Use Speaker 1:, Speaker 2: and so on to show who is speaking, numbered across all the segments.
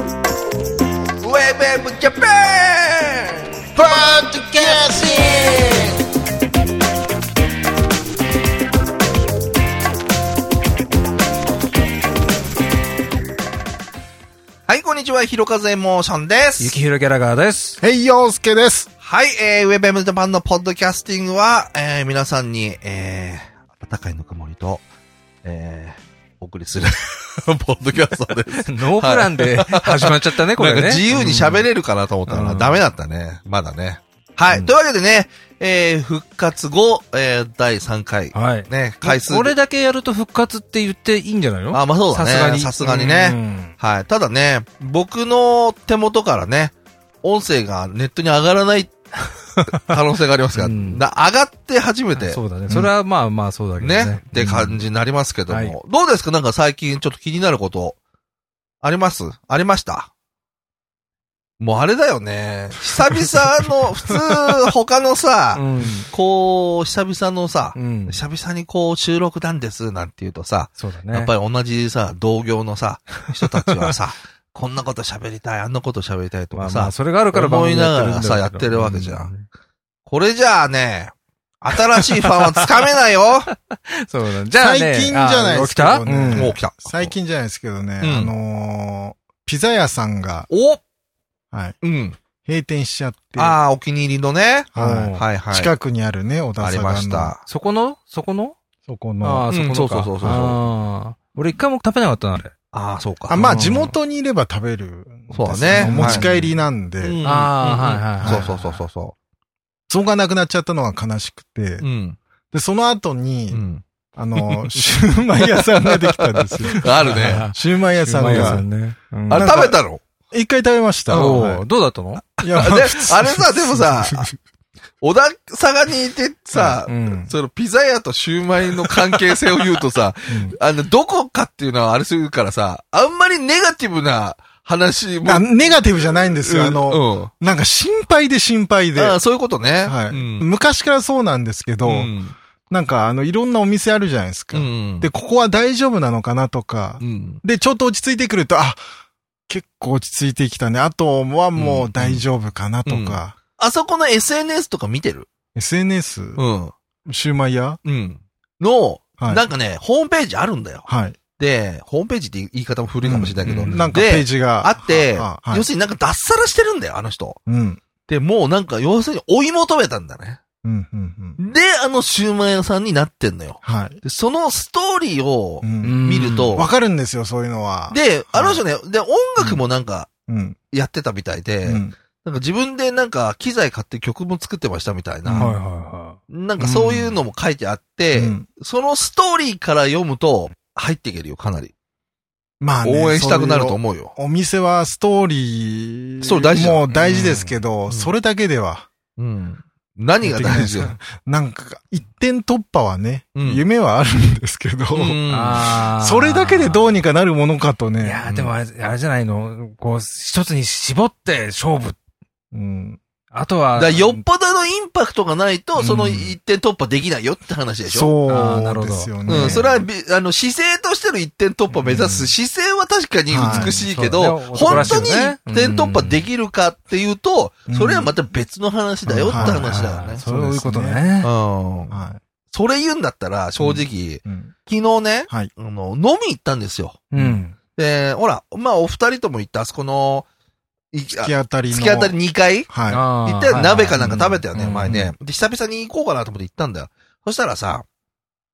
Speaker 1: ウェブウェブジャパンポッドキャスティングはい、こんにちは、ひろかぜモーションです。
Speaker 2: 雪広ギャラガーです。
Speaker 3: ヘイヨースケです。
Speaker 1: はい、えー、ウェブエムジャパンのポッドキャスティングは、えー、皆さんに、えー、暖かいぬくもりと、えー、お送りする、 ポッドキャストです。
Speaker 2: ノープランで始まっちゃったね、これ
Speaker 1: なん
Speaker 2: ね。
Speaker 1: か自由に喋れるかなと思ったら、
Speaker 2: うん
Speaker 1: ダメだったね。まだね。はい、
Speaker 2: うん
Speaker 1: というわけでね、えー、復活後、えー、第3回
Speaker 2: う、ん。はい。
Speaker 1: ね、回数。
Speaker 2: これだけやると復活って言っていいんじゃないの
Speaker 1: あ、まあそうだ
Speaker 2: さ
Speaker 1: ね。
Speaker 2: すがに。
Speaker 1: さすがにね。
Speaker 2: ね。
Speaker 1: はい、ただね、僕の手元からね、音声がネットに上がらない 可能性がありますが、
Speaker 2: うん
Speaker 1: な上がって初めて。
Speaker 2: そうだね。それはまあまあそうだけどね。
Speaker 1: ね。って感じになりますけども。
Speaker 2: はい
Speaker 1: どうですかなんか最近ちょっと気になること、ありますありましたもうあれだよね。久々の、普通、他の
Speaker 2: う
Speaker 1: さ、
Speaker 2: ん。
Speaker 1: こう、久々のさ
Speaker 2: う、ん。
Speaker 1: 久々にこう収録なんですなんて言うとさ、
Speaker 2: そうだね。
Speaker 1: やっぱり同じさ、同業のさ、人たちはさ、 こんなこと喋りたい、あんなこと喋りたいと
Speaker 2: ま
Speaker 1: か
Speaker 2: あ
Speaker 1: さ、
Speaker 2: まあ、それがあるから
Speaker 1: 思いながら
Speaker 2: 番組
Speaker 1: さ
Speaker 2: んだけど
Speaker 1: やってるわけじゃん。これじゃあね、新しいファンはつかめないよ
Speaker 2: うんそうだね。じゃあね。
Speaker 3: 最近じゃない
Speaker 2: あ
Speaker 3: で
Speaker 2: 起
Speaker 3: す
Speaker 2: き
Speaker 3: け
Speaker 2: た
Speaker 3: どね
Speaker 2: うん
Speaker 1: もう来た。
Speaker 3: 最近じゃないですけどね、
Speaker 1: うん
Speaker 3: あのー、ピザ屋さんが、
Speaker 1: お
Speaker 3: はい、
Speaker 1: うん。
Speaker 3: 閉店しちゃって、
Speaker 1: ああ、お気に入りのね。
Speaker 3: は
Speaker 1: はいはい。
Speaker 3: い、近くにあるね、小田
Speaker 1: あり
Speaker 3: さんの。
Speaker 1: ました。
Speaker 2: そこのそこの
Speaker 3: そこ
Speaker 2: あ
Speaker 3: の。
Speaker 2: あ、そこ
Speaker 1: うん
Speaker 2: のか。
Speaker 1: そうそうそうそう
Speaker 2: ああ。俺一回も食べなかったな、あれ。
Speaker 1: ああ、そうか。
Speaker 3: あ、まあ地元にいれば食べるんですよ。
Speaker 1: そうだね
Speaker 3: お持ち帰りなんで、
Speaker 1: うん
Speaker 2: ああはいはいはい
Speaker 1: うんそうそうそうそうそ
Speaker 3: そこがなくなっちゃったのは悲しくて、
Speaker 1: う。うん。
Speaker 3: で、その後に、
Speaker 1: うん。
Speaker 3: あのー、シューマイ屋さんができたんですよ。
Speaker 1: あるね。
Speaker 3: シューマイ屋さん
Speaker 2: うまいやつだ
Speaker 3: が、
Speaker 2: ね。うん
Speaker 1: あれ食べたの
Speaker 3: 一回食べました。
Speaker 2: お
Speaker 3: は
Speaker 2: ーどうだったの
Speaker 3: いいや、
Speaker 1: であれさでも さ小田坂にいてさ
Speaker 2: う、ん。
Speaker 1: そのピザ屋とシューマイの関係性を言うとさ、 あの、どこかっていうのはあれするからさ、あんまりネガティブな話も。
Speaker 3: あネガティブじゃないんですよ。あの、
Speaker 1: の、
Speaker 3: なんか心配で心配
Speaker 1: うん。
Speaker 3: で。
Speaker 1: あ
Speaker 3: は
Speaker 1: あ、そういうことね。
Speaker 3: い、
Speaker 1: うん。
Speaker 3: 昔からそうなんですけど、
Speaker 1: うん
Speaker 3: なんかあの、いろんなお店あるじゃないですか。
Speaker 1: うん。
Speaker 3: で、ここは大丈夫なのかなとか、
Speaker 1: うん、
Speaker 3: で、ちょっと落ち着いてくると、あ、結構落ち着いてきたね。あとはもう大丈夫かなとか、
Speaker 1: うんうんあそこの SNS とか見てるう
Speaker 3: SNS、
Speaker 1: ん。
Speaker 3: シューマイ屋
Speaker 1: うん。の、
Speaker 3: はい
Speaker 1: なんかね、ホームページあるんだよ。
Speaker 3: はい。
Speaker 1: で、ホームページって言い方も古いかもしれないけど、
Speaker 2: う
Speaker 3: なんか
Speaker 1: で
Speaker 3: ページが。
Speaker 1: あって、
Speaker 3: ははい
Speaker 1: 要するになんか脱サラしてるんだよ、あの人。
Speaker 3: うん。
Speaker 1: で、もうなんか、要するに追い求めたんだね。
Speaker 3: うん、うん、うん。
Speaker 1: で、あのシューマイ屋さんになってんのよ。
Speaker 3: はい。
Speaker 1: で、そのストーリーを
Speaker 3: う。
Speaker 2: うんん
Speaker 1: 見ると、
Speaker 3: わかるんですよ、そういうのは。、
Speaker 1: で、あの人ね、で、音楽もなんか
Speaker 3: うん。
Speaker 1: やってたみたいで、
Speaker 3: うん。
Speaker 1: なんか自分でなんか機材買って曲も作ってましたみたいな、
Speaker 3: うん
Speaker 2: はいはいは
Speaker 1: なんかそういうのも書いてあって、
Speaker 3: うん
Speaker 1: そのストーリーから読むと、入っていけるよ、かなり。
Speaker 3: まあね、
Speaker 1: 応援したくなると
Speaker 3: そういう
Speaker 1: 思うよ。
Speaker 3: お店はストーリー。
Speaker 1: ストーリー大事だ
Speaker 3: もう大事ですけど、
Speaker 1: ん
Speaker 3: それだけでは。
Speaker 1: うん。何が大事よ。
Speaker 3: なんか、一点突破はね、
Speaker 1: うん
Speaker 3: 夢はあるんですけど、
Speaker 2: い。ああ。
Speaker 3: それだけでどうにかなるものかと
Speaker 2: い
Speaker 3: ね。
Speaker 2: やーでもあれ、あれじゃないのこう、一つに絞って勝負。
Speaker 3: うん、
Speaker 2: あとは。
Speaker 1: だからよっぽどのインパクトがないと、
Speaker 2: うん
Speaker 1: その一点突破できないよって話でしょ。
Speaker 2: あーな
Speaker 3: そ
Speaker 2: る
Speaker 3: う
Speaker 2: ほど
Speaker 3: ですよ
Speaker 1: う
Speaker 3: ね。
Speaker 1: ん、それはび、あの、姿勢としての一点突破を目指す、
Speaker 3: うん
Speaker 1: 姿勢は確かに美しいけど、
Speaker 2: はいそう
Speaker 1: 本
Speaker 2: だね
Speaker 1: 当に一点突破できるかっていうと、
Speaker 3: うん
Speaker 1: それはまた別の話だよって話だよ
Speaker 2: あー
Speaker 1: ね。
Speaker 2: そういうこと
Speaker 3: そう
Speaker 2: ね。
Speaker 1: うん。
Speaker 3: は
Speaker 1: それ言うんだったら、正直、
Speaker 3: い。うん
Speaker 1: 昨日ね、
Speaker 3: はい。
Speaker 1: あの、飲み行ったんですよ。
Speaker 2: うん。
Speaker 1: で、ほら、まあ、お二人とも行った、あそこの、い
Speaker 3: 突
Speaker 1: あ
Speaker 3: き当たりの。
Speaker 1: 突き当たり2階
Speaker 3: は
Speaker 2: 行
Speaker 1: 行ったら鍋かなんか食べたよ
Speaker 2: う
Speaker 1: ね、
Speaker 2: ん
Speaker 1: 前ね。で、久々に行こうかなと思って行ったんだよ。そしたらさ、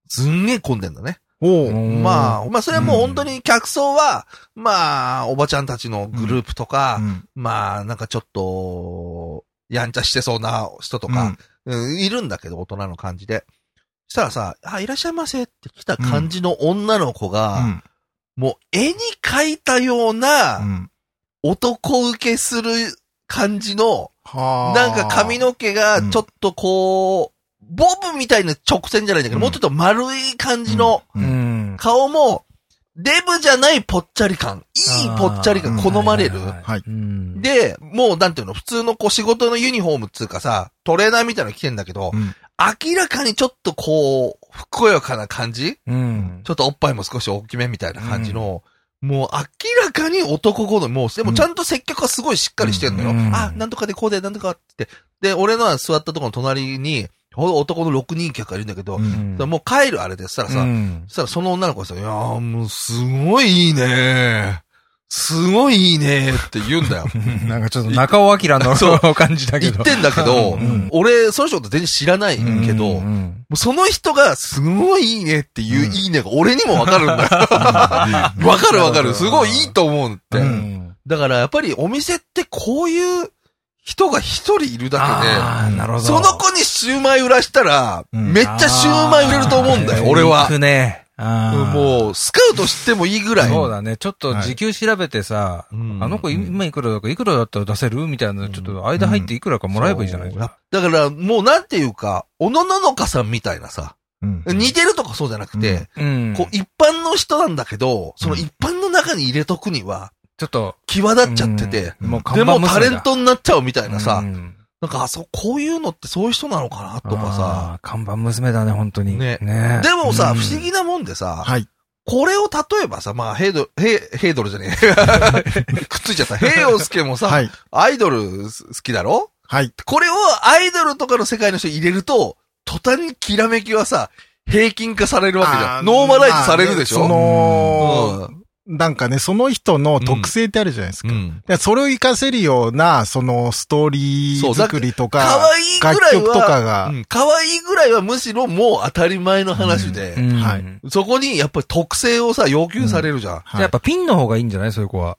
Speaker 1: すんげえ混んでんだね。
Speaker 3: い。おう
Speaker 1: まあ、まあそれはもう本当に客層は、まあ、おばちゃんたちのグループと
Speaker 3: う
Speaker 1: か、
Speaker 3: ん
Speaker 1: まあ、なんかちょっと、やんちゃしてそうな人とか、うんいるんだけど、大人の感じで。したらさ、あ、いらっしゃいませって来た感じの女の子
Speaker 3: う
Speaker 1: が、
Speaker 3: ん。
Speaker 1: もう絵に描いたよう
Speaker 3: う
Speaker 1: な、
Speaker 3: ん。
Speaker 1: 男受けする感じの、
Speaker 3: は
Speaker 1: なんか髪の毛がちょっとこう、ボブみたいな直線じゃないんだけど、
Speaker 3: うん
Speaker 1: もうちょっと丸い感じの
Speaker 3: う。
Speaker 2: うんん。
Speaker 1: 顔も、デブじゃないぽっちゃり感。いいぽっちゃり感
Speaker 3: あー
Speaker 1: 好まれる。
Speaker 3: はい
Speaker 2: うん。
Speaker 1: で、もうなんていうの、普通のこう仕事のユニフォームっつうかさ、トレーナーみたいなの着てんだけど、
Speaker 3: うん
Speaker 1: 明らかにちょっとこう、ふくよかな感じ
Speaker 2: うん。
Speaker 1: ちょっとおっぱいも少し大きめみたいな感じの、もう明らかに男好み、もう、でもちゃんと接客はすごいしっかりしてんのよ。
Speaker 2: うん
Speaker 1: あ、なんとかでこうで、なんとかって。で、俺のは座ったところの隣に、ほど男の6人客がいるんだけど、
Speaker 2: うん
Speaker 1: もう帰るあれでしたらさ、
Speaker 2: うん
Speaker 1: そしたらその女の子がさ、いやーもうすごいいいねすごいいいねって言うんだよ。
Speaker 2: なんかちょっと中尾明の感 じだけ
Speaker 1: 言
Speaker 2: ど。
Speaker 1: ってんだけど、
Speaker 2: うん
Speaker 1: 俺、その人のこと全然知らないけど、
Speaker 2: うん
Speaker 1: もうその人がすごいいいねっていういいねが俺にもわかるんだよ。 わかるわかる。すごいいいと思うって。
Speaker 2: うん
Speaker 1: だからやっぱりお店ってこういう人が一人いるだ
Speaker 2: あーなる
Speaker 1: け
Speaker 2: ほ
Speaker 1: で、
Speaker 2: ど。
Speaker 1: その子にシューマイ売らしたら、
Speaker 3: うん
Speaker 1: めっちゃシューマイ売れると思うんだよ、
Speaker 2: あー
Speaker 1: 俺は
Speaker 2: 行。くね。あー
Speaker 1: もう、スカウトしてもいいぐらい。
Speaker 2: そうだね。ちょっと
Speaker 3: はい
Speaker 2: 時給調べてさ、
Speaker 1: うん
Speaker 2: あの子今いくらだか、いくらだったら出せるみたいな、ちょっと間入っていくらかもらえばいいじゃない
Speaker 1: そうだから、もうなんていうか、おのののかさんみたいなさ、
Speaker 3: うん
Speaker 1: 似てるとかそうじゃなくて、
Speaker 2: うん。
Speaker 1: こう一般の人なんだけど、その一般の中に入れとくには、
Speaker 2: ちょっと、
Speaker 1: 際立っちゃってて、
Speaker 2: うんもう看
Speaker 1: で
Speaker 2: 板
Speaker 1: も
Speaker 2: 娘
Speaker 1: タ
Speaker 2: だ
Speaker 1: レントになっちゃうみたいなさ、
Speaker 2: うん
Speaker 1: なんか、あそう、こういうのってそういう人なのかなとかさ、
Speaker 2: あー看板娘だね、本当に。
Speaker 1: ね
Speaker 2: ね
Speaker 1: でもさ、
Speaker 2: うん
Speaker 1: 不思議なもんでさ、
Speaker 3: はい。
Speaker 1: これを例えばさ、まあ、ヘイドル、ヘイ、ヘイドルじゃねえ。 くっついちゃった。ヘイオスケもさ、
Speaker 3: はい。
Speaker 1: アイドルす好きだろ
Speaker 3: はい。
Speaker 1: これをアイドルとかの世界の人に入れると、途端にきらめきはさ、平均化されるわけじゃ
Speaker 3: あ
Speaker 1: ん。ノーマライズされるでしょ、
Speaker 3: まあねその、
Speaker 1: うん
Speaker 3: なんかね、その人の特性ってあるじゃないですか。
Speaker 1: うん。
Speaker 3: でそれを活かせるような、その、ストーリー作りと
Speaker 1: 可
Speaker 3: か、
Speaker 1: 愛いぐら
Speaker 3: 楽
Speaker 1: い
Speaker 3: 曲と
Speaker 1: は、
Speaker 3: かが
Speaker 1: う、ん可愛いぐらいはむしろもう当たり前の話で、
Speaker 2: うん
Speaker 3: はい
Speaker 2: じ
Speaker 1: そこにやっぱり特性をさ、要求されるじゃん。い
Speaker 2: ゃあやっぱピンの方がいいんじゃないそういう子は。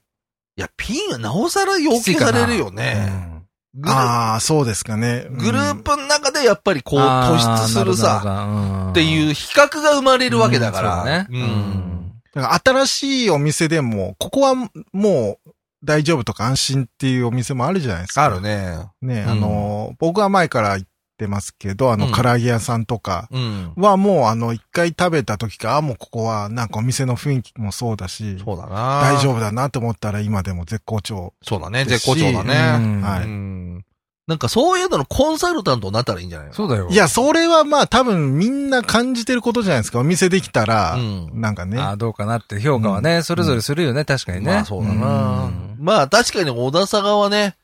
Speaker 1: や、ピンはなおさら要求されるよね。グル
Speaker 3: ああ、そうですかね。
Speaker 1: グルー
Speaker 3: プ
Speaker 1: プの中でやっぱりこう突出するさ、
Speaker 2: さ
Speaker 1: っていうう比較が生まれるわけだから。
Speaker 2: んそうだね。
Speaker 1: うん
Speaker 3: だから新しいお店でも、ここはもう大丈夫とか安心っていうお店もあるじゃないですか。
Speaker 1: あるね。
Speaker 3: ね、
Speaker 1: うん
Speaker 3: あの、僕は前から言ってますけど、あの、
Speaker 1: うん
Speaker 3: 唐揚げ屋さんとか
Speaker 1: うん。
Speaker 3: はもうあの、一回食べた時から、あもうここはなんかお店の雰囲気もそうだし、
Speaker 1: そうだな。
Speaker 3: 大丈夫だなと思ったら今でも絶好調。
Speaker 1: そうだね。絶好調だ
Speaker 2: う
Speaker 1: ね。
Speaker 2: ん
Speaker 3: は
Speaker 1: う
Speaker 3: い
Speaker 1: ん。なんかそういうののコンサルタントになったらいいんじゃないの
Speaker 2: そうだよ。
Speaker 3: いや、それはまあ多分みんな感じてることじゃないですか。お店できたら
Speaker 1: う、ん。
Speaker 3: なんかね。
Speaker 2: あーどうかなって評価はね、それぞれするよね、確かにね。
Speaker 1: まあそうだな
Speaker 2: うん。
Speaker 1: まあ確かに小田坂はね、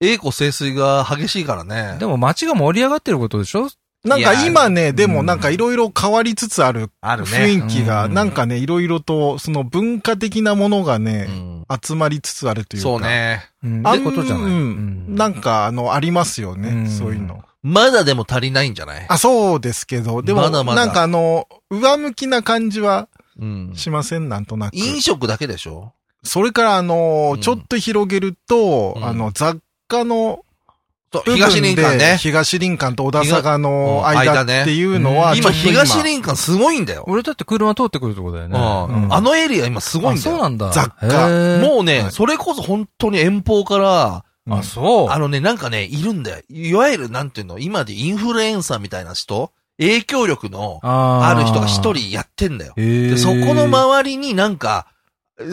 Speaker 1: 栄子清水が激しいからね。
Speaker 2: でも街が盛り上がってることでしょ
Speaker 3: なんか今
Speaker 2: いや
Speaker 3: ね、でも
Speaker 2: うん
Speaker 3: なんかいろいろ変わりつつある
Speaker 1: あるね
Speaker 3: 雰囲気が、
Speaker 2: うん
Speaker 3: なんかね、いろいろと、その文化的なものが
Speaker 1: う
Speaker 3: ね、
Speaker 1: ん
Speaker 3: 集まりつつあるというか。
Speaker 1: そう。ね。
Speaker 2: うんっ
Speaker 3: あ
Speaker 2: てことじゃない。
Speaker 3: うん
Speaker 2: うん
Speaker 3: なんか、あの、ありますよ
Speaker 2: う
Speaker 3: ね、
Speaker 2: ん
Speaker 3: そういうの。
Speaker 1: まだでも足りないんじゃない
Speaker 3: あ、そうですけど、でも、
Speaker 1: まだまだ
Speaker 3: なんかあの、上向きな感じは
Speaker 1: うん。
Speaker 3: しません、なんとなく。
Speaker 1: 飲食だけでしょ
Speaker 3: それから、あの
Speaker 1: う、ん
Speaker 3: ちょっと広げると、
Speaker 1: うん
Speaker 3: あの、雑貨の
Speaker 1: そう
Speaker 3: 部分で、
Speaker 1: 東林間ね。
Speaker 3: 東林間と小田坂の
Speaker 1: 東うん
Speaker 3: 間
Speaker 1: 間ね
Speaker 3: っていうのは、
Speaker 2: あ
Speaker 1: 今、
Speaker 3: ちょっと
Speaker 1: 東林間すごいんだよ。
Speaker 2: 俺だって車通ってくるとこだよね。
Speaker 1: うん
Speaker 2: うん
Speaker 1: あのエリア今すごいん
Speaker 2: あ
Speaker 1: だ
Speaker 2: そう
Speaker 1: よ。
Speaker 2: なんだ。
Speaker 3: 雑貨
Speaker 2: へー
Speaker 1: もうね、
Speaker 3: はい
Speaker 1: それこそ本当に遠方から、
Speaker 3: うん
Speaker 2: あ、そう。
Speaker 1: あのね、なんかね、いるんだよ。いわゆる、なんていうの、今でインフルエンサーみたいな人、影響力の
Speaker 2: あ
Speaker 1: ある人が一
Speaker 2: 人
Speaker 1: 人やってんだよ。
Speaker 2: で
Speaker 1: で、そこの周りになんか、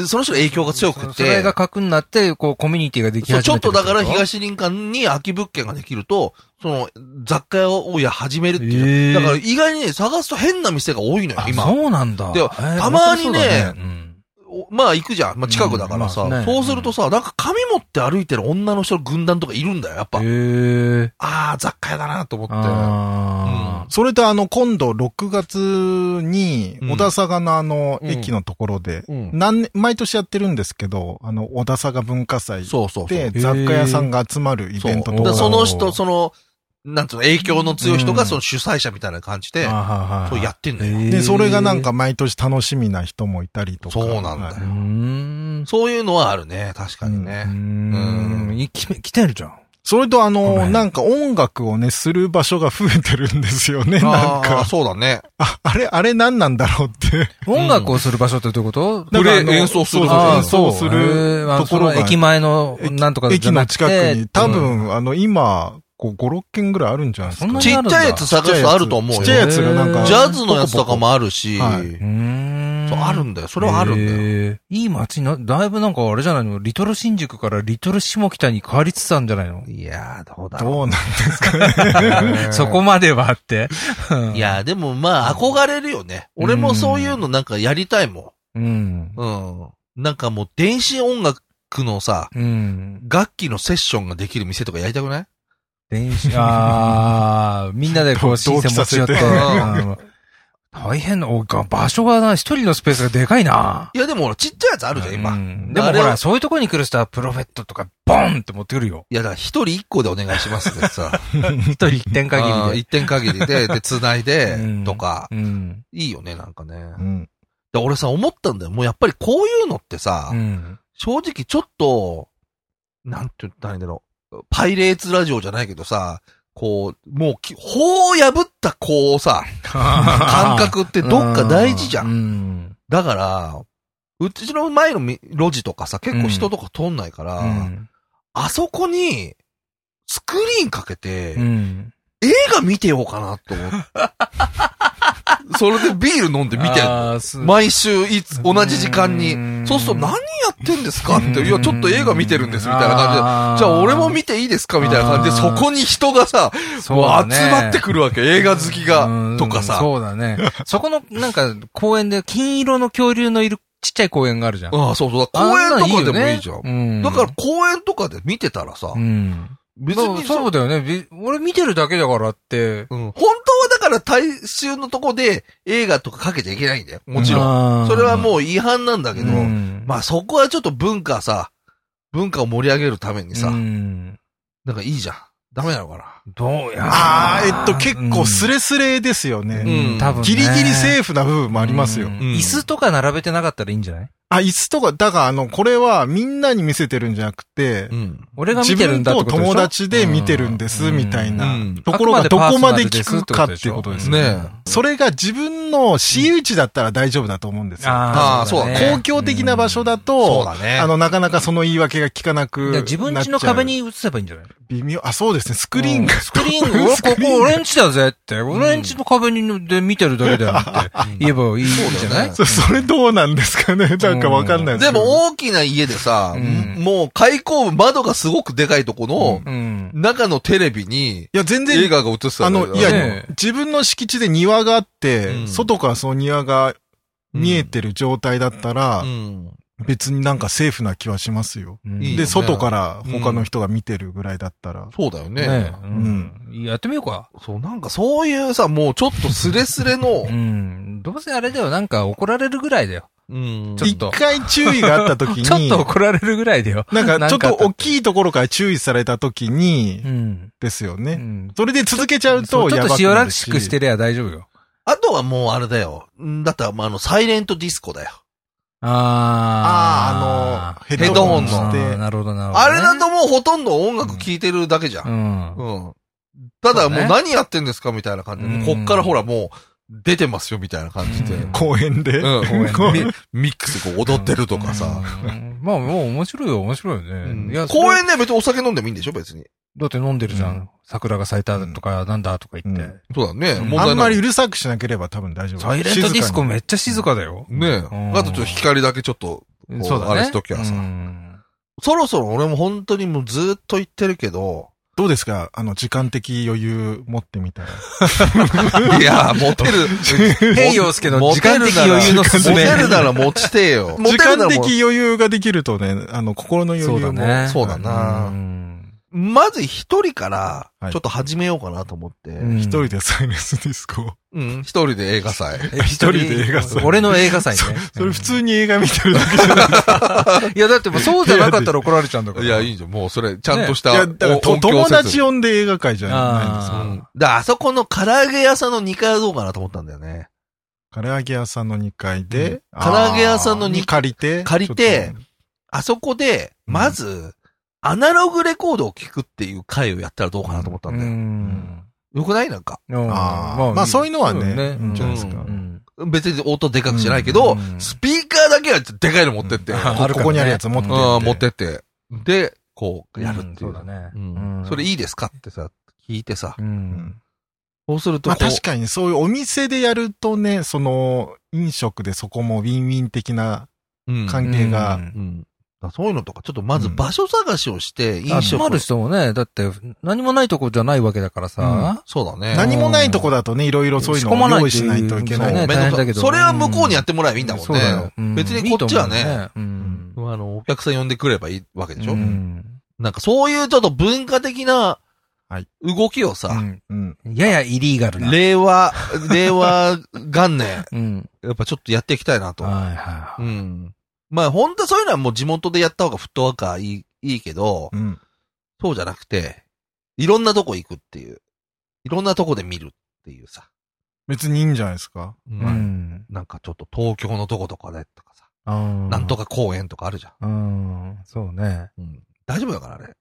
Speaker 1: その人の影響が強く
Speaker 2: それ
Speaker 1: て
Speaker 2: が、核になって、こう、コミュニティができ始
Speaker 1: そ
Speaker 2: め
Speaker 1: う、
Speaker 2: て
Speaker 1: ち
Speaker 2: る
Speaker 1: ょってと
Speaker 2: こと
Speaker 1: だから、東林間に空き物件ができると、その、雑貨屋をや始めるっていう。
Speaker 2: へー
Speaker 1: だから意外にね、探すと変な店が多いのよ
Speaker 2: あ、
Speaker 1: 今。
Speaker 2: そうなんだ。
Speaker 1: で
Speaker 2: へー
Speaker 1: たまにね
Speaker 2: 面白そうだうん
Speaker 1: おまあ行くじゃん。まあ近くだからさ。
Speaker 2: うんまあね
Speaker 1: そうするとさ、なんか髪持って歩いてる女の人の軍団とかいるんだよ、やっぱ。
Speaker 2: へー
Speaker 1: あー、雑貨屋だなと思って。
Speaker 2: あ
Speaker 3: それとあの、今度6月に、
Speaker 1: うん
Speaker 3: 小田坂のあの、
Speaker 1: うん
Speaker 3: 駅のところで、
Speaker 1: うん
Speaker 3: 何年、毎年やってるんですけど、あの、小田坂文化祭
Speaker 1: そうそうそう。
Speaker 3: で雑貨屋さんが集まるイ
Speaker 1: そう
Speaker 3: ベント
Speaker 1: だ
Speaker 3: と
Speaker 1: から
Speaker 3: か。
Speaker 1: そ
Speaker 2: そう
Speaker 1: の人、その、なんつうの、影響の強い人
Speaker 2: う
Speaker 1: が
Speaker 2: ん
Speaker 1: その主催者みたいな感じ
Speaker 2: ー
Speaker 1: で、
Speaker 2: あー。
Speaker 1: そうやってんのよ。
Speaker 3: で、それがなん、か毎年楽しみな人もいたりとか。
Speaker 1: そうなんだよ
Speaker 3: は
Speaker 2: う
Speaker 3: い
Speaker 2: ーん。
Speaker 1: そういうのはあるね、確かに
Speaker 2: う
Speaker 1: ね。
Speaker 2: ーん。いき来てるじゃん。
Speaker 3: それとあ
Speaker 2: ごめ
Speaker 3: の、
Speaker 2: ん
Speaker 3: なんか音楽をね、する場所が増えてるんですよね、なん
Speaker 1: ああー、
Speaker 3: か。
Speaker 1: そうだね。
Speaker 3: あ、あれ、あれ何なんだろうって。
Speaker 2: 音楽をする場所ってどういうこと
Speaker 1: プレイ
Speaker 3: なんかあの
Speaker 1: 演奏する
Speaker 3: そうそう
Speaker 2: あー
Speaker 3: 演奏す
Speaker 2: へ
Speaker 3: る
Speaker 2: ーあの
Speaker 3: ところ
Speaker 2: その
Speaker 3: が。
Speaker 2: 駅前の、
Speaker 3: 駅
Speaker 2: なんとかじ
Speaker 3: 駅
Speaker 2: ゃ
Speaker 3: の
Speaker 2: なくて
Speaker 3: 近くに、多
Speaker 2: うん
Speaker 3: 分、あの、今、こう、5、6軒ぐらいあるんじゃないです
Speaker 2: そん
Speaker 3: か。
Speaker 2: なに
Speaker 1: ちっちゃいやつ探すとあると思う
Speaker 3: ち
Speaker 1: よ。
Speaker 3: っ
Speaker 1: ジ
Speaker 3: ちゃいやつがなん
Speaker 2: へ
Speaker 3: か。
Speaker 2: ー
Speaker 1: ャズのやつとかもあるし、
Speaker 3: はい
Speaker 2: ーん
Speaker 1: そうあるんだよ。それはあるんだよ。
Speaker 2: よ。いい街な、だいぶなんかあれじゃないのリトル新宿からリトル下北に変わりつつあるんじゃないの。
Speaker 1: いやー、どうだろ
Speaker 3: どうなんですかね
Speaker 2: そこまではあって。
Speaker 1: う。いやー、でもまあ、憧れるよね。俺もそういうのなんかやりたいも
Speaker 2: うん。
Speaker 1: ん。うん。なんかもう、電子音楽のさ、
Speaker 2: うん。
Speaker 1: 楽器のセッションができる店とかやりたくない
Speaker 2: 電子、あ ーみんなでこう、シーセン持ち寄って。
Speaker 3: 同
Speaker 1: 期さ
Speaker 2: うん大変な、おが場所がな、一人のスペースがでかいな。
Speaker 1: いや、でもほら、ちっちゃいやつあるじゃん、今。
Speaker 2: う
Speaker 1: い
Speaker 2: んでも
Speaker 1: あ
Speaker 2: ほ
Speaker 1: れは
Speaker 2: ら、そういうとこに来る人は、プロフェットとか、ボンって持ってくるよ。
Speaker 1: や、だから一人一個でお願いしますってさ。
Speaker 2: 一人一点限
Speaker 1: あー
Speaker 2: り
Speaker 1: 一点限りで、で、繋いで
Speaker 2: う、ん
Speaker 1: とか、
Speaker 2: で。うん。
Speaker 1: いいよね、なんかね
Speaker 3: う。ん。
Speaker 1: で、俺さ、思ったんだよ。もうやっぱりこういうのってさ
Speaker 2: う、ん。
Speaker 1: 正直ちょっと、なんて言ったらいいんだろう。パイレーツラジオじゃないけどさ、こう、もうき、法を破ったこう さ、感
Speaker 2: 感
Speaker 1: 覚ってどっか大事じゃ。
Speaker 2: うんん。
Speaker 1: だから、うちの前のみ路地とかさ、結構人とか通んないから、
Speaker 2: うん
Speaker 1: あそこに、スクリーンかけて、
Speaker 2: うん。
Speaker 1: 映画見てようかなと思 って。それでビール飲んで見てんの
Speaker 2: あーす
Speaker 1: 毎週いつ、同じ時間に。
Speaker 2: ん
Speaker 1: そうすると何やってんですかって、
Speaker 2: うん
Speaker 1: いや、ちょっと映画見てるんです、みたいな感じで。
Speaker 2: あー
Speaker 1: じゃあ俺も見ていいですかみたいな感じで、そ
Speaker 2: あー
Speaker 1: こに人がさ、
Speaker 2: そ
Speaker 1: も
Speaker 2: うだ
Speaker 1: う
Speaker 2: ね
Speaker 1: 集まってくるわけ。映画好き
Speaker 2: う
Speaker 1: が
Speaker 2: ん、
Speaker 1: とかさ。
Speaker 2: そうだね。そこの、なんか、公園で、金色の恐竜のいるちっちゃい公園があるじゃん。
Speaker 1: ああ、そうそう。公園とかでもいいじゃん。
Speaker 2: ん
Speaker 1: だから、公園とかで見てたらさ
Speaker 2: う、ん。
Speaker 1: 別
Speaker 2: そ
Speaker 1: に
Speaker 2: う
Speaker 1: さ
Speaker 2: そうだよね。び俺見てるだけだからって。
Speaker 1: うん本当はだから大衆のとこで映画とかかけちゃいけないんだよ。もちろん。
Speaker 2: ん
Speaker 1: それは
Speaker 2: う、
Speaker 1: もう違反なんだけど、
Speaker 2: うん
Speaker 1: まあそこはちょっと文化さ、文化を盛り上げるためにさ、
Speaker 2: うん
Speaker 1: なんかいいじゃん。ダメなのかな。
Speaker 2: どうや
Speaker 3: ああ、えっと、結構ス
Speaker 2: る。
Speaker 3: レスレですよ
Speaker 2: う
Speaker 3: ね。
Speaker 2: ん
Speaker 1: うん
Speaker 2: 多分ね。
Speaker 3: ギリギリセ
Speaker 2: ー
Speaker 3: ーフな部分もありますよ。
Speaker 1: うん
Speaker 2: 椅子とか並べてなかったらいいんじゃない
Speaker 3: あ、椅子とか、だからあの、これはみんなに見せてるんじゃなくて、
Speaker 1: うん。
Speaker 2: 俺が
Speaker 3: 自
Speaker 2: 見てる
Speaker 3: 分
Speaker 2: んだって
Speaker 3: と
Speaker 2: ことでしょ
Speaker 3: 友達で見てるんです、みたい。
Speaker 1: う
Speaker 3: な。
Speaker 1: ん
Speaker 3: ところがどこまで聞くかっていうことですよ
Speaker 1: ね
Speaker 3: ね。それが自分の私有地だったら大丈夫だと思うんですよ。
Speaker 1: あーそうだね
Speaker 3: 公共的な場所だ
Speaker 1: そう
Speaker 3: と、
Speaker 1: だね。
Speaker 3: あの、なかなかその言い訳が聞かなくなっちゃう。
Speaker 2: 自分家の壁に映せばいいんじゃない
Speaker 3: 微妙。あ、そうですね。スクリーンが。
Speaker 2: スクリーン、俺、ここ俺んちだぜって、俺んちの壁にで見てるだけだ よって
Speaker 1: うん
Speaker 2: 言えばいいんじゃない
Speaker 1: そう
Speaker 3: そそれどうなんですかね。なんかわかんないす
Speaker 1: で
Speaker 3: けど
Speaker 1: も大きな家でさ、
Speaker 2: うん
Speaker 1: もう開口部窓がすごくでかいとこの、
Speaker 2: うん。
Speaker 1: 中のテレビに
Speaker 3: いや、全
Speaker 1: 映
Speaker 3: 然、
Speaker 1: 画が映ってた
Speaker 3: あ
Speaker 1: んだけ
Speaker 3: の、
Speaker 1: ど
Speaker 3: いや、
Speaker 2: ね
Speaker 3: 自分の敷地で庭があって、
Speaker 1: うん
Speaker 3: 外からその庭が見え
Speaker 1: る。
Speaker 3: てる状態だったら、
Speaker 1: うん
Speaker 3: 別になんかセーフな気はしますよ。
Speaker 1: いいよね
Speaker 3: で、外から他の人が見てるぐらいだったら。
Speaker 1: そうだよね。
Speaker 2: ねうん。やってみようか。
Speaker 1: そう、なんかそういうさ、もうちょっとスレスレの
Speaker 2: う、ん。どうせあれだよ、なんか怒られるぐらいだよ。
Speaker 1: うん
Speaker 2: ちょっと
Speaker 3: 一回注意があった時に、
Speaker 2: ちょっと怒られるぐらいだよ。
Speaker 3: なんかちょっと大
Speaker 2: い。
Speaker 3: きいところから注意された時に
Speaker 2: う、ん。
Speaker 3: ですよ
Speaker 2: う
Speaker 3: ね。
Speaker 2: ん。
Speaker 3: それで続けちゃう
Speaker 2: ちょ
Speaker 3: と、
Speaker 2: っ
Speaker 3: やばくな
Speaker 2: と
Speaker 3: るし
Speaker 2: 塩らしくしてりゃ大丈夫よ。
Speaker 1: あとはもうあれだよ。んだったら、まあ、あの、サイレントディスコだよ。
Speaker 3: あ
Speaker 2: あ
Speaker 3: あ、あの、
Speaker 2: ー。
Speaker 1: ヘッドホンの
Speaker 3: して、
Speaker 2: なるほど、なるほど。
Speaker 1: あれだともうほとんど音楽聴いてるだけじゃ。
Speaker 2: うんん
Speaker 1: う。ん。ただもう
Speaker 2: そうね
Speaker 1: 何やってんですかみたいな感じで、もう
Speaker 2: うん
Speaker 1: こっからほらもう出てますよみたいな感じで。
Speaker 2: うん
Speaker 3: 公園で。
Speaker 1: うん
Speaker 2: 公 園で
Speaker 1: ミミックスこう踊ってるとかさ。
Speaker 2: うん。まあ、もう面白いよ、面白いよ
Speaker 1: うん
Speaker 2: ね。いや、それ
Speaker 1: 公園で別にお酒飲んでもいいんでしょ別に。
Speaker 2: だって飲んでるじゃ
Speaker 3: うん
Speaker 2: ん。桜が咲いたとか、なんだとか言っ
Speaker 3: う
Speaker 2: て
Speaker 3: ん。
Speaker 1: そうだね。
Speaker 2: うん
Speaker 1: 問題ない
Speaker 3: あんまりうるさくしなければ多分大丈夫。
Speaker 2: サイレントディス
Speaker 3: 静
Speaker 2: コ
Speaker 3: か
Speaker 2: めっちゃ静かだよ。
Speaker 1: ね
Speaker 2: うん
Speaker 1: え。あとちょっと光だけちょっと、こう
Speaker 2: そうだね。
Speaker 1: あれしときゃさ
Speaker 2: うん
Speaker 1: そろそろ俺も本当にもうずーっと言ってるけど、
Speaker 3: にどうですかあの、時間的余裕持ってみたら。
Speaker 1: いや、モテる。
Speaker 2: ヘイヨウスケの時間的余裕のすすめ
Speaker 1: モテるなら持ちてえよ。
Speaker 3: 時間
Speaker 1: モテるなら
Speaker 3: 的余裕ができるとね、あの、心の余
Speaker 2: そうだ
Speaker 3: 裕も。
Speaker 2: ね。
Speaker 1: そうだな
Speaker 2: うん
Speaker 1: まず一人から
Speaker 3: は、い
Speaker 1: ちょっと始めようかなと思って。
Speaker 2: うん
Speaker 3: 一人でサイレントディスコ。
Speaker 1: うん、一人で映画祭。
Speaker 2: え一
Speaker 3: 人で映画祭
Speaker 2: 俺の映画祭ね。
Speaker 3: それ普通に映画見てるだけじゃない
Speaker 2: うん。いや、だってもうそうじゃなかったら怒られちゃうんだから。
Speaker 1: いや、いいじゃん。もうそれ、ちゃんとし
Speaker 3: い
Speaker 1: た
Speaker 3: や、だから、
Speaker 1: お
Speaker 3: と
Speaker 1: 音響
Speaker 3: 友
Speaker 1: 設
Speaker 3: 達
Speaker 1: 備。
Speaker 3: 呼んで映画会じゃないんです
Speaker 1: う
Speaker 3: よ。
Speaker 1: ん。だからあそこの唐揚げ屋さんの2階はどうかなと思ったんだよね。
Speaker 3: 唐揚げ屋さんの2階で、
Speaker 1: 唐揚げ屋さんの
Speaker 3: あー
Speaker 1: 二
Speaker 3: に借りて、
Speaker 1: 借りて
Speaker 3: ちょっと、
Speaker 1: あそこで、まず、アナログレコードを聴くっていう回をやったらどうかなと思った
Speaker 2: うん
Speaker 1: だよ。
Speaker 2: ん。
Speaker 1: よくないなんか。
Speaker 3: あーまあそういうのはね、いいんじゃないですか。
Speaker 1: う
Speaker 2: うん
Speaker 1: 別に音でかくしないけど、
Speaker 2: うん
Speaker 1: スピーカーだけはでかいの持ってって。
Speaker 2: うん
Speaker 1: あ
Speaker 2: あるからね
Speaker 3: ここに あるやつ持って
Speaker 1: ー
Speaker 3: って。
Speaker 1: 持ってって。で、こう、やるっていう。
Speaker 2: んそうだね
Speaker 1: うん。それいいですかってさ、聞いてさ、
Speaker 2: うん。
Speaker 1: そうすると
Speaker 3: まあ
Speaker 1: こう、
Speaker 3: 確かにそういうお店でやるとね、その飲食でそこもウィンウィン的な
Speaker 1: うん
Speaker 3: 関係が、
Speaker 2: うん
Speaker 1: うん。だからそういうのとか、ちょっとまず
Speaker 3: うん
Speaker 1: 場所探しをして、飲
Speaker 2: あ
Speaker 1: 食。
Speaker 2: 集まる人もね、だって何もないとこじゃないわけだからさ。
Speaker 1: そうだね。
Speaker 3: 何もないとこだとね、いろいろそういうの
Speaker 2: 仕込ま
Speaker 3: を
Speaker 2: ないと
Speaker 3: 用意しないといけな
Speaker 2: そう
Speaker 3: い。
Speaker 1: め
Speaker 2: ね
Speaker 1: んどくさ
Speaker 2: 大変だけど
Speaker 1: それは向こうにやってもらえばいいんだもん
Speaker 2: そうだよ
Speaker 1: ね。
Speaker 2: うん
Speaker 1: 別にこっちはね
Speaker 2: いいと思ううん
Speaker 1: あの、お客さん呼んでくればいいわけでしょ、
Speaker 2: うん
Speaker 1: なんかそういうちょっと文化的な
Speaker 3: はい
Speaker 1: 動きをさ、
Speaker 3: うん。
Speaker 2: ややイリーガルな。
Speaker 1: 令和、 令和元年、
Speaker 2: うん。
Speaker 1: やっぱちょっとやっていきたいなと。
Speaker 2: はいは
Speaker 1: う
Speaker 2: い。
Speaker 1: ん。まあ本当はそういうのはもう地元でやった方がフットワーカーいい、いいけど、
Speaker 3: うん。
Speaker 1: そうじゃなくて、いろんなとこ行くっていう。いろんなとこで見るっていうさ。
Speaker 3: 別にいいんじゃないですか。
Speaker 1: うん
Speaker 2: うん。
Speaker 1: なんかちょっと東京のとことかね、とかさ。
Speaker 2: な
Speaker 1: なんと。か公園とかあるじゃん。
Speaker 2: うん。そうね。
Speaker 1: うん。大丈夫だからあれ。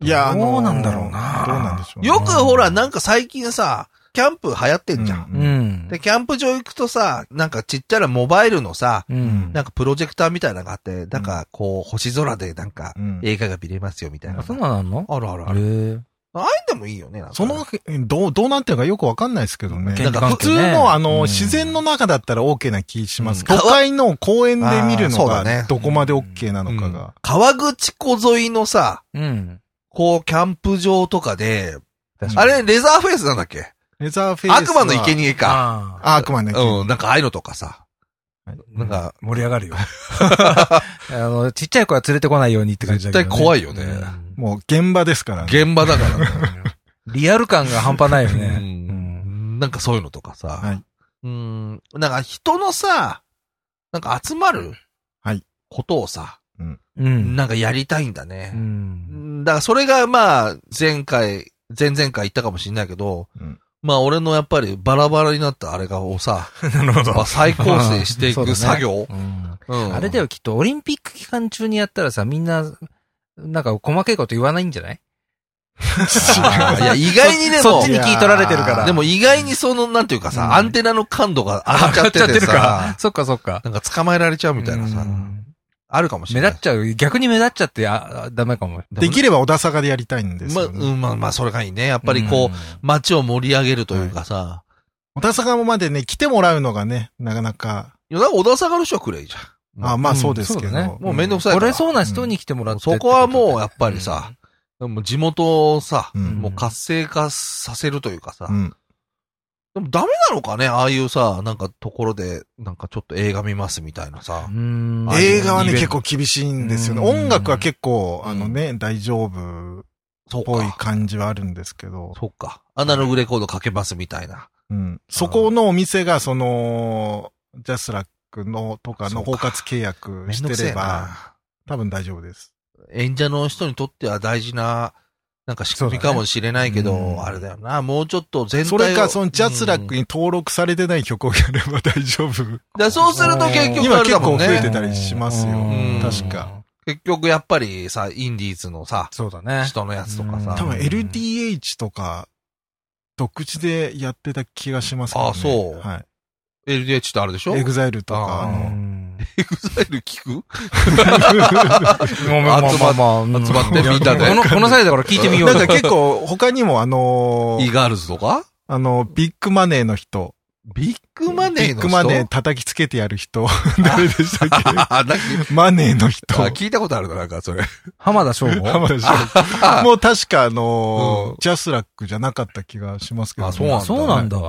Speaker 3: いや、あのー
Speaker 2: どうなんだろうな
Speaker 3: どうなんでしょうね。
Speaker 1: よくほら、なんか最近さ、キャンプ流行ってんじゃん。
Speaker 3: う
Speaker 2: うん。
Speaker 1: で、キャンプ場行くとさ、なんかちっちゃなモバイルのさ、
Speaker 2: うん。
Speaker 1: なんかプロジェクターみたいなのがあって、なんかこう、星空でなんか
Speaker 3: うん
Speaker 1: 映画が見れますよみたいな。
Speaker 2: あそんなのあんの
Speaker 1: あるあるあ
Speaker 2: へ
Speaker 1: る。
Speaker 2: え
Speaker 1: ああいうのもいいよね、なんか
Speaker 3: その、どう、どうなってるかよくわかんないですけどね。
Speaker 1: なんか
Speaker 3: 普通の、あの、
Speaker 2: うん
Speaker 3: 自然の中だったら OK な気します。
Speaker 1: うん
Speaker 3: 都会の公園で見る
Speaker 1: あーそ
Speaker 3: の
Speaker 1: うだね
Speaker 3: が、どこまで OK なのか
Speaker 1: うん
Speaker 3: が。
Speaker 1: 川口湖沿いのさ、
Speaker 2: うん。
Speaker 1: こう、キャンプ場とかで、
Speaker 3: 確
Speaker 1: あ
Speaker 3: かに
Speaker 1: れ、レザーフェイスなんだっけ
Speaker 3: レザーフェイスは。
Speaker 1: 悪魔の生贄か。
Speaker 2: ああ。
Speaker 3: あ、悪魔の生
Speaker 1: うん、なんかああいうのとかさ。なんか、
Speaker 2: 盛り上がるよ。あの、ちっちゃい子は連れてこないようにって感じだけど、ね。
Speaker 1: 絶対怖いよね
Speaker 3: 贄もう現場ですからね。
Speaker 1: 現場だからね。
Speaker 2: うんリアル感が半端ないよ
Speaker 1: う
Speaker 2: ね。うん
Speaker 1: んなんかそういうのとかさ。
Speaker 3: はい
Speaker 1: うん。なんか人のさ、なんか集まる。
Speaker 3: はい
Speaker 1: ことをさ、
Speaker 2: うん。
Speaker 1: なんかやりたいんだ
Speaker 2: う
Speaker 1: ね。
Speaker 2: ん。
Speaker 1: だからそれがまあ、前回、前々回言ったかもしれないけど、
Speaker 3: うん
Speaker 1: まあ俺のやっぱりバラバラになったあれがをさ、
Speaker 2: なるほ
Speaker 1: やっ ぱ。再構成してい
Speaker 2: まあそうだ
Speaker 1: く
Speaker 2: ね
Speaker 1: 作業。うん
Speaker 2: あれだよ、きっとオリンピック期間中にやったらさ、みんな、なんか細かいこと言わないんじゃない
Speaker 1: あーいや、意外にで
Speaker 2: そ
Speaker 1: も
Speaker 2: っち、に気取られてるから。
Speaker 1: でも意外にその、なんていうかさ、
Speaker 2: うん
Speaker 1: アンテナの感度が上がっちゃ
Speaker 2: 上が
Speaker 1: っ
Speaker 2: っちゃ
Speaker 1: て
Speaker 2: って
Speaker 1: て
Speaker 2: る
Speaker 1: さ
Speaker 2: か。、そっかそっか。
Speaker 1: なんか捕まえられちゃうみたいな
Speaker 2: う
Speaker 1: さ、
Speaker 2: ん
Speaker 1: あるかもし
Speaker 2: 目
Speaker 1: れない
Speaker 2: 立っ。ちゃう。逆に目立っちゃって、あ、あダメかも。
Speaker 3: できれば小田坂でやりたいんです
Speaker 1: まあ、
Speaker 3: よ
Speaker 1: う
Speaker 3: ね。
Speaker 1: ん、まあまあ、それがいいね。やっぱりこう、街を盛り上げるというかさ、
Speaker 3: 小田坂までね、来てもらうのがね、なかなか。
Speaker 1: いや、だから小田坂の人はくれいいじゃん。
Speaker 3: あ、まあそうです
Speaker 2: そ
Speaker 3: け
Speaker 2: うだね
Speaker 3: ど。
Speaker 1: もうめんどくさい
Speaker 2: こ
Speaker 1: から。
Speaker 2: れそうな人に来てもらってって
Speaker 1: そこはもうやっぱりさ、もう地元をさ、
Speaker 3: うん
Speaker 1: もう活性化させるというかさ、
Speaker 3: うん。
Speaker 1: でもダメなのかねああいうさ、なんかところで、なんかちょっと映画見ますみたいなさ
Speaker 2: う。ん、う
Speaker 1: あ
Speaker 2: ん。
Speaker 3: 映画は
Speaker 1: イ
Speaker 3: ね、
Speaker 1: ベン
Speaker 3: 結
Speaker 1: ト
Speaker 3: 構厳しいんですよね。
Speaker 2: うん
Speaker 3: 音楽は結構、
Speaker 1: うん
Speaker 3: あのね、大丈夫っ
Speaker 1: そう
Speaker 3: ぽい
Speaker 1: か。
Speaker 3: 感じはあるんですけど。
Speaker 1: そうか。アナログレコードかけますみたいな。
Speaker 3: うん。そこのお店が、その、ジャスラックのとかの
Speaker 1: そ
Speaker 3: 包
Speaker 1: うか
Speaker 3: 括契約
Speaker 1: めん
Speaker 3: し
Speaker 1: どく
Speaker 3: て
Speaker 1: せ
Speaker 3: れ
Speaker 1: え
Speaker 3: ば、
Speaker 1: な。
Speaker 3: 多分大丈夫です。
Speaker 1: 演者の人にとっては大事な、なんか仕組みかもしれないけど、
Speaker 3: そうだねうん
Speaker 1: あれだよな。もうちょっと全体を
Speaker 3: それか、そのジャスラック
Speaker 1: うん
Speaker 3: に登録されてない曲をやれば大丈夫。
Speaker 1: だからそうすると結局あ
Speaker 3: 今
Speaker 1: れだ
Speaker 3: 結
Speaker 1: もん
Speaker 3: 構増えて
Speaker 1: ね。
Speaker 3: たりしますよ
Speaker 2: うん
Speaker 1: 確
Speaker 3: か。
Speaker 1: 結局やっぱりさ、インディーズのさ、
Speaker 2: そうだね。
Speaker 1: 人のやつとかさ。
Speaker 3: 多分
Speaker 2: うん
Speaker 3: LDH とか、独自でやってた気がしますけど、ね。
Speaker 1: あそう
Speaker 3: は
Speaker 1: LDH ってあれでしょ
Speaker 3: い。
Speaker 1: エ
Speaker 3: エグ
Speaker 1: グ
Speaker 3: ザイルとか、
Speaker 1: あ
Speaker 3: あ
Speaker 1: ー
Speaker 3: の、
Speaker 1: ザイル聞く
Speaker 2: まあまあまあまあまあうん
Speaker 1: 集まってみんなで
Speaker 2: この、この際だから聞いてみよう
Speaker 3: なん
Speaker 2: よ
Speaker 3: か。結構他にもあのー
Speaker 1: イーガールズとか
Speaker 3: あの、ビッグマネーの人。
Speaker 1: ビッグマネーの人
Speaker 3: ビッグマネー叩きつけてやる人。 誰でしたっ
Speaker 1: あ、なんか、
Speaker 3: けマネーの人。
Speaker 1: あ聞いたことあるな、なんかそれ。
Speaker 2: 浜田省 吾。
Speaker 3: 浜田翔もう確かあのー
Speaker 1: うん
Speaker 3: ジャスラックじゃなかった気がしますけど、
Speaker 1: あそうなんだ
Speaker 2: そうなんだ。へ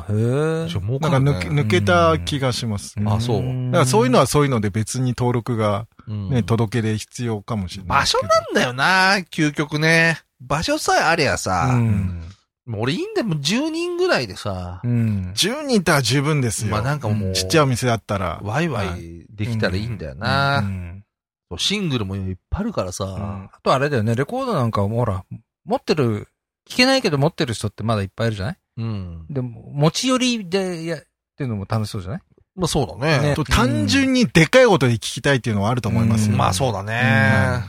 Speaker 2: え。
Speaker 1: ちょ儲
Speaker 3: なん
Speaker 1: るね
Speaker 3: か抜け抜けた気がします。
Speaker 1: あそう
Speaker 3: だからそういうのはそういうので別に登録が
Speaker 1: うん
Speaker 3: ね、届けで必要かもしれない
Speaker 1: 場
Speaker 3: です
Speaker 1: 所
Speaker 3: け
Speaker 1: な
Speaker 3: ど。
Speaker 1: んだよな、究極ね。場所さえありゃ
Speaker 2: う
Speaker 1: さ、
Speaker 2: ん。
Speaker 1: もう俺いいんだよ、もう10人ぐらいでさ
Speaker 2: う、ん。
Speaker 3: 10人いたら十分ですよ。
Speaker 1: まあなんかもう、
Speaker 3: ちっちゃいお店だったら。
Speaker 1: ワイワイできたらいいんだよな。
Speaker 2: うん
Speaker 1: そうシングルもいっぱいあるから
Speaker 2: う
Speaker 1: さ
Speaker 2: ん、あとあれだよね、レコードなんかもほら、持ってる、聞けないけど持ってる人ってまだいっぱいいるじゃない
Speaker 1: うん。
Speaker 2: でも、持ち寄りでや、っていうのも楽しそうじゃない
Speaker 1: まあそうだね
Speaker 2: ね
Speaker 3: と単純にでかい音で聞きたいっていうのはあると思いますよ、
Speaker 2: うん
Speaker 1: まあそうだね。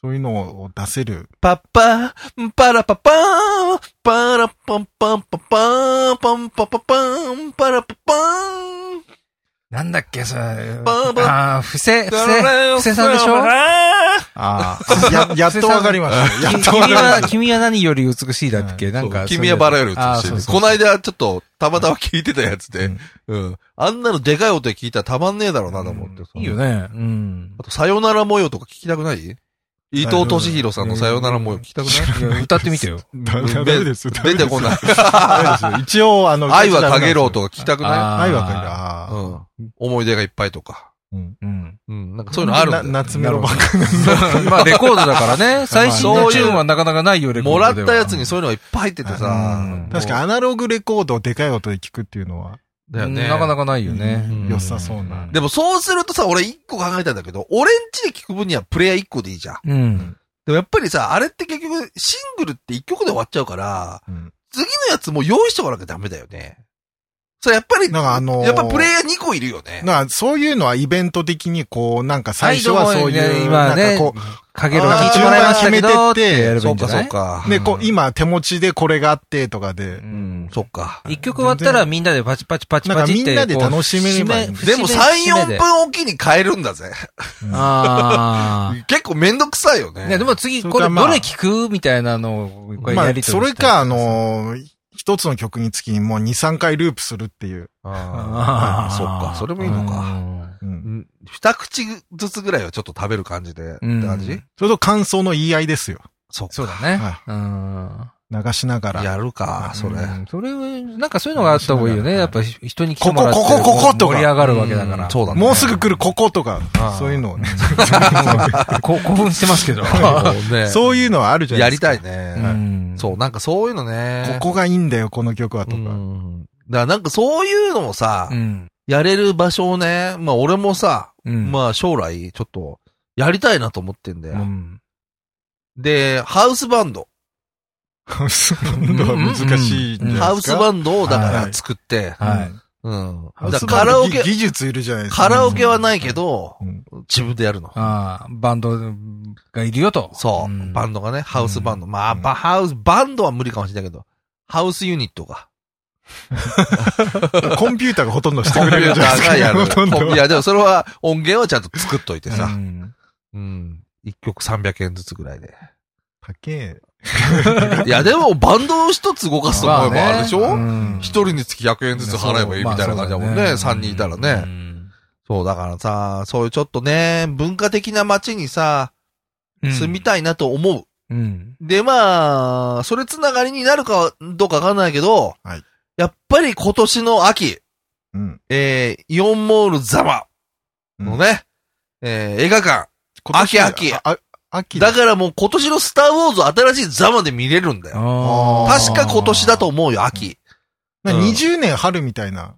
Speaker 3: そういうのを出せる。
Speaker 1: パッパー、パラパパーン、パラパンパンパパーン、パンパパパーン、パラパパーン、
Speaker 2: なんだっけ、それ。
Speaker 1: バーバー
Speaker 2: ああ、不正、不正、不正さんでしょ
Speaker 1: パラ
Speaker 3: ああ。や、やっとわかりました。やっとわか
Speaker 2: 君
Speaker 3: りま
Speaker 2: は、
Speaker 3: し
Speaker 2: 君は何より美しいだっけ、なんか。
Speaker 1: 君はバラより美
Speaker 2: あーそう
Speaker 1: しい。
Speaker 2: そう
Speaker 1: この間ちょっと、たまたま聞いてたやつ で、うん。あんなのでかい音で聞いたらたまんねえだろうなと思ってさ。
Speaker 2: いいよね。うん
Speaker 1: あ。と、さよなら模様とか聞きたくない伊藤敏弘さんのさよなら模様聞きたくない
Speaker 2: いや歌ってみてよ。
Speaker 3: た。だダメです。ダ メ
Speaker 1: 出
Speaker 3: です
Speaker 1: てこない。
Speaker 3: ダメです一応、あの、
Speaker 1: 愛はかげろうとか聞きたくな
Speaker 2: あ
Speaker 3: 愛はかげろう
Speaker 1: い
Speaker 3: あ
Speaker 1: うん。思い出がいっぱいとか。
Speaker 2: ーうん。
Speaker 1: うん。なんか
Speaker 3: ー。
Speaker 1: そういうのあるんだよ
Speaker 3: な夏メロばっか
Speaker 2: まあ、レコードだからね。最新のチューンはなかなかないよ、レコー
Speaker 1: も
Speaker 2: ド
Speaker 1: らっ
Speaker 2: では
Speaker 1: たやつにそういうのがいっぱい入っててさ
Speaker 2: うん。
Speaker 3: 確かにアナログレコードをでかい音で聞くっていうのは、
Speaker 1: に。だよね。
Speaker 2: なかなかないよ
Speaker 3: う
Speaker 2: ね。
Speaker 3: ん良さそうな。
Speaker 1: でもそうするとさ、俺一個考えたんだけど、俺んちで聞く分にはプレイヤー一個でいいじゃん。
Speaker 2: うん。
Speaker 1: でもやっぱりさ、あれって結局、シングルって一曲で終わっちゃうから、
Speaker 3: うん
Speaker 1: 次のやつも用意しておかなきゃダメだよね。それやっぱり、
Speaker 3: なんかあのー
Speaker 1: やっぱプレイヤー2個いるよね。
Speaker 3: なんかそういうのはイベント的にこう、なんか最初はそう
Speaker 2: はいどうも
Speaker 3: いう、
Speaker 2: ね
Speaker 3: な
Speaker 2: 今
Speaker 3: ん
Speaker 2: ね
Speaker 3: かこ
Speaker 2: かげろう聞いてもらいましたけど、ってやればい
Speaker 1: そ
Speaker 2: い
Speaker 1: うん
Speaker 2: じ
Speaker 1: か
Speaker 2: ゃ
Speaker 1: そ
Speaker 2: な
Speaker 1: う
Speaker 2: い
Speaker 1: か
Speaker 3: う、。ね、こう、今手持ちでこれがあってとかで
Speaker 1: う、ん、そっか。
Speaker 2: 一曲終わったらみんなでパチパチパチパチって。
Speaker 3: なんかみんなで楽しめればいいんだ
Speaker 2: こう
Speaker 1: でも3、4。
Speaker 2: 締め締め
Speaker 1: 分おきに変えるんだぜ。
Speaker 3: うん
Speaker 2: あ
Speaker 1: 結構めんどくさいよね。
Speaker 2: あ。ね、でも次、
Speaker 3: それ
Speaker 2: こ
Speaker 3: か
Speaker 2: れど
Speaker 3: まあ
Speaker 2: れ聞くみたいなのを、これ
Speaker 3: ま
Speaker 2: や
Speaker 3: あ
Speaker 2: り、と
Speaker 3: そ
Speaker 2: り
Speaker 3: れ
Speaker 2: したい
Speaker 3: か、あ、のー一つの曲につきもう2、3回ループするっていう。
Speaker 1: あーそっか、それもいいのか。
Speaker 2: か。
Speaker 3: うん
Speaker 1: うん二口ずつぐらいはちょっと食べる感じで、って
Speaker 2: うん
Speaker 1: 感じ
Speaker 3: それと感想の言い合いですよ。
Speaker 1: そっか。
Speaker 2: そうだね
Speaker 3: は。
Speaker 2: うん。
Speaker 3: 流しながら。
Speaker 1: やるか、それ。
Speaker 2: うんそれは、なんかそういうのがあった方がいいよね。やっぱひ人に来て
Speaker 3: ここ
Speaker 2: もらって。
Speaker 3: こここことか
Speaker 2: 盛り上がるわけだか
Speaker 1: うん
Speaker 2: ら。
Speaker 1: そうだね。
Speaker 3: もうすぐ来るこことか
Speaker 1: あー、
Speaker 3: そういうのをね。
Speaker 2: こ興奮してますけ ど。
Speaker 1: ね
Speaker 3: そういうのはあるじゃな
Speaker 1: や
Speaker 3: い
Speaker 1: り
Speaker 3: ですか。
Speaker 1: たい
Speaker 2: うん
Speaker 1: ね。そう、なんかそういうのね。
Speaker 3: ここがいいんだよ、この曲はと
Speaker 1: う
Speaker 3: か。
Speaker 1: ん。だからなんかそういうのもさ、
Speaker 2: うん。
Speaker 1: やれる場所をね、まあ俺もさ、
Speaker 2: うん。
Speaker 1: まあ将来ちょっとやりたいなと思ってんだ
Speaker 2: う
Speaker 1: よ。
Speaker 2: ん
Speaker 1: で、ハウスバンド。
Speaker 3: ハウスバンドは難しいんじゃないですか。
Speaker 1: ハウスバ
Speaker 3: ン
Speaker 1: ンドをだか
Speaker 3: は
Speaker 1: ら
Speaker 3: い
Speaker 1: 作って、
Speaker 2: ドはい
Speaker 1: うん。
Speaker 3: ハウ
Speaker 1: だ
Speaker 3: ス
Speaker 1: か
Speaker 3: バ
Speaker 1: らカ
Speaker 3: ンド
Speaker 1: ラオケ
Speaker 3: 技、技術いるじゃないですか。
Speaker 1: カラオケはないけど
Speaker 3: うん、
Speaker 1: 自分でやるの。
Speaker 2: ああ、バンドがいるよと。
Speaker 1: そう。バ
Speaker 2: ン
Speaker 1: ンドがね、ハウスバンド。まあ、
Speaker 3: うん
Speaker 1: ばハウス、バンドは無理かもしれないけど、ハウスユニットが。
Speaker 3: コンピューターがほとんどして
Speaker 1: コン
Speaker 3: く
Speaker 1: ピ
Speaker 3: れ
Speaker 1: ュー
Speaker 3: るじ
Speaker 1: タ
Speaker 3: ゃないで
Speaker 1: ーがや
Speaker 3: すか。
Speaker 1: る
Speaker 3: ほとんど。。
Speaker 1: いや、でもそれは音源はちゃんと作っといてさ。
Speaker 2: ド。
Speaker 1: うん。一曲300円ずつぐらいで。
Speaker 3: 高え。
Speaker 1: いや、でもバンドを一つ動かすと思えばあるでし
Speaker 2: まあ
Speaker 1: ょ
Speaker 2: ね
Speaker 3: うん
Speaker 1: 一人につき100円ずつ払えばいいみたいな感じだもんね。
Speaker 2: まあそうだ
Speaker 1: 三
Speaker 2: ね
Speaker 1: 人いたら
Speaker 2: う
Speaker 1: ね。
Speaker 2: ん
Speaker 1: そう、だからさ、そういうちょっとね、文化的な街にさ、住みたいなと思う。
Speaker 2: うん。
Speaker 1: で、まあ、それつながりになるかどうかわかんないけど、
Speaker 3: はい
Speaker 1: やっぱり今年の秋、
Speaker 3: うん。
Speaker 1: えー、イオンモールザマのね、えー、映画館。
Speaker 3: 今年
Speaker 1: 秋秋
Speaker 3: あ秋
Speaker 1: だからもう今年のスターウォーズを新しいザマで見れるんだよ。
Speaker 2: あー
Speaker 1: 確か今年だと思うよ、秋。
Speaker 3: な
Speaker 1: うん
Speaker 3: 20年春みたいな。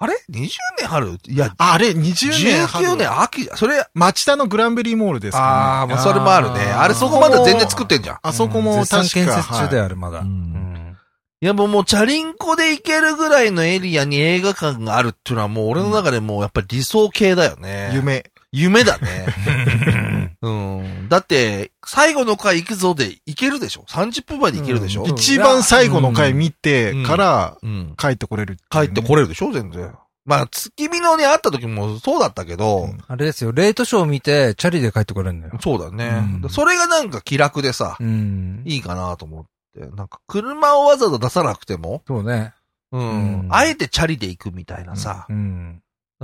Speaker 1: あれ ?20 年春いや、
Speaker 3: ああれ、20年春。
Speaker 1: 19年秋それ、
Speaker 3: 町田のグランベリーモールですかね。
Speaker 1: ああ、まあそれもあるね。
Speaker 2: あー
Speaker 1: あれそこまで全然作ってんじゃん。
Speaker 3: あそこも確か
Speaker 2: 絶賛建設中だ
Speaker 3: はい
Speaker 2: よ、あれまだ。
Speaker 1: う
Speaker 2: うんん
Speaker 1: いやもうもうチャリンコで行けるぐらいのエリアに映画館があるっていうのはもう俺の中でもうやっぱり理想系だよね。。
Speaker 3: 夢。
Speaker 1: 夢だね。うん。だって、最後の回行くぞで行けるでしょ ?30 分前に行けるでしょ、
Speaker 2: うん
Speaker 3: 一番最後の回見
Speaker 1: う
Speaker 3: て
Speaker 1: ん
Speaker 3: から
Speaker 1: うん。
Speaker 3: 帰ってこれる
Speaker 1: 帰ってこ
Speaker 3: れ
Speaker 1: れるでしょ全然。まあ、月見のに会った時もそうだったけど、
Speaker 3: うん
Speaker 2: あれですよ、レートショー見て、チャリで帰ってこれるんだよ。
Speaker 1: そうだね、
Speaker 2: うん
Speaker 1: それがなんか気楽でさ、
Speaker 2: うん。
Speaker 1: いいかなと思って。なんか車をわざわざ出さなくても、
Speaker 2: そうね。
Speaker 1: うん。
Speaker 2: うん
Speaker 1: あえてチャリで行くみたいなさ、
Speaker 2: うん。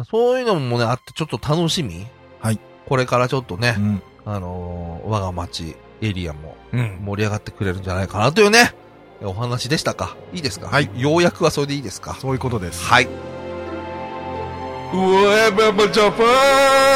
Speaker 1: そういうのもね、あってちょっと楽しみ。
Speaker 3: はい。
Speaker 1: これからちょっとね、
Speaker 3: うん。
Speaker 1: あのー我が町エリアも
Speaker 2: うん。
Speaker 1: 盛り上がってくれるんじゃないかなというね、お話でしたか。いいですか
Speaker 3: はい
Speaker 1: ようやくはそれでいいですか
Speaker 3: そういうことです。
Speaker 1: はい。ウェブジャパン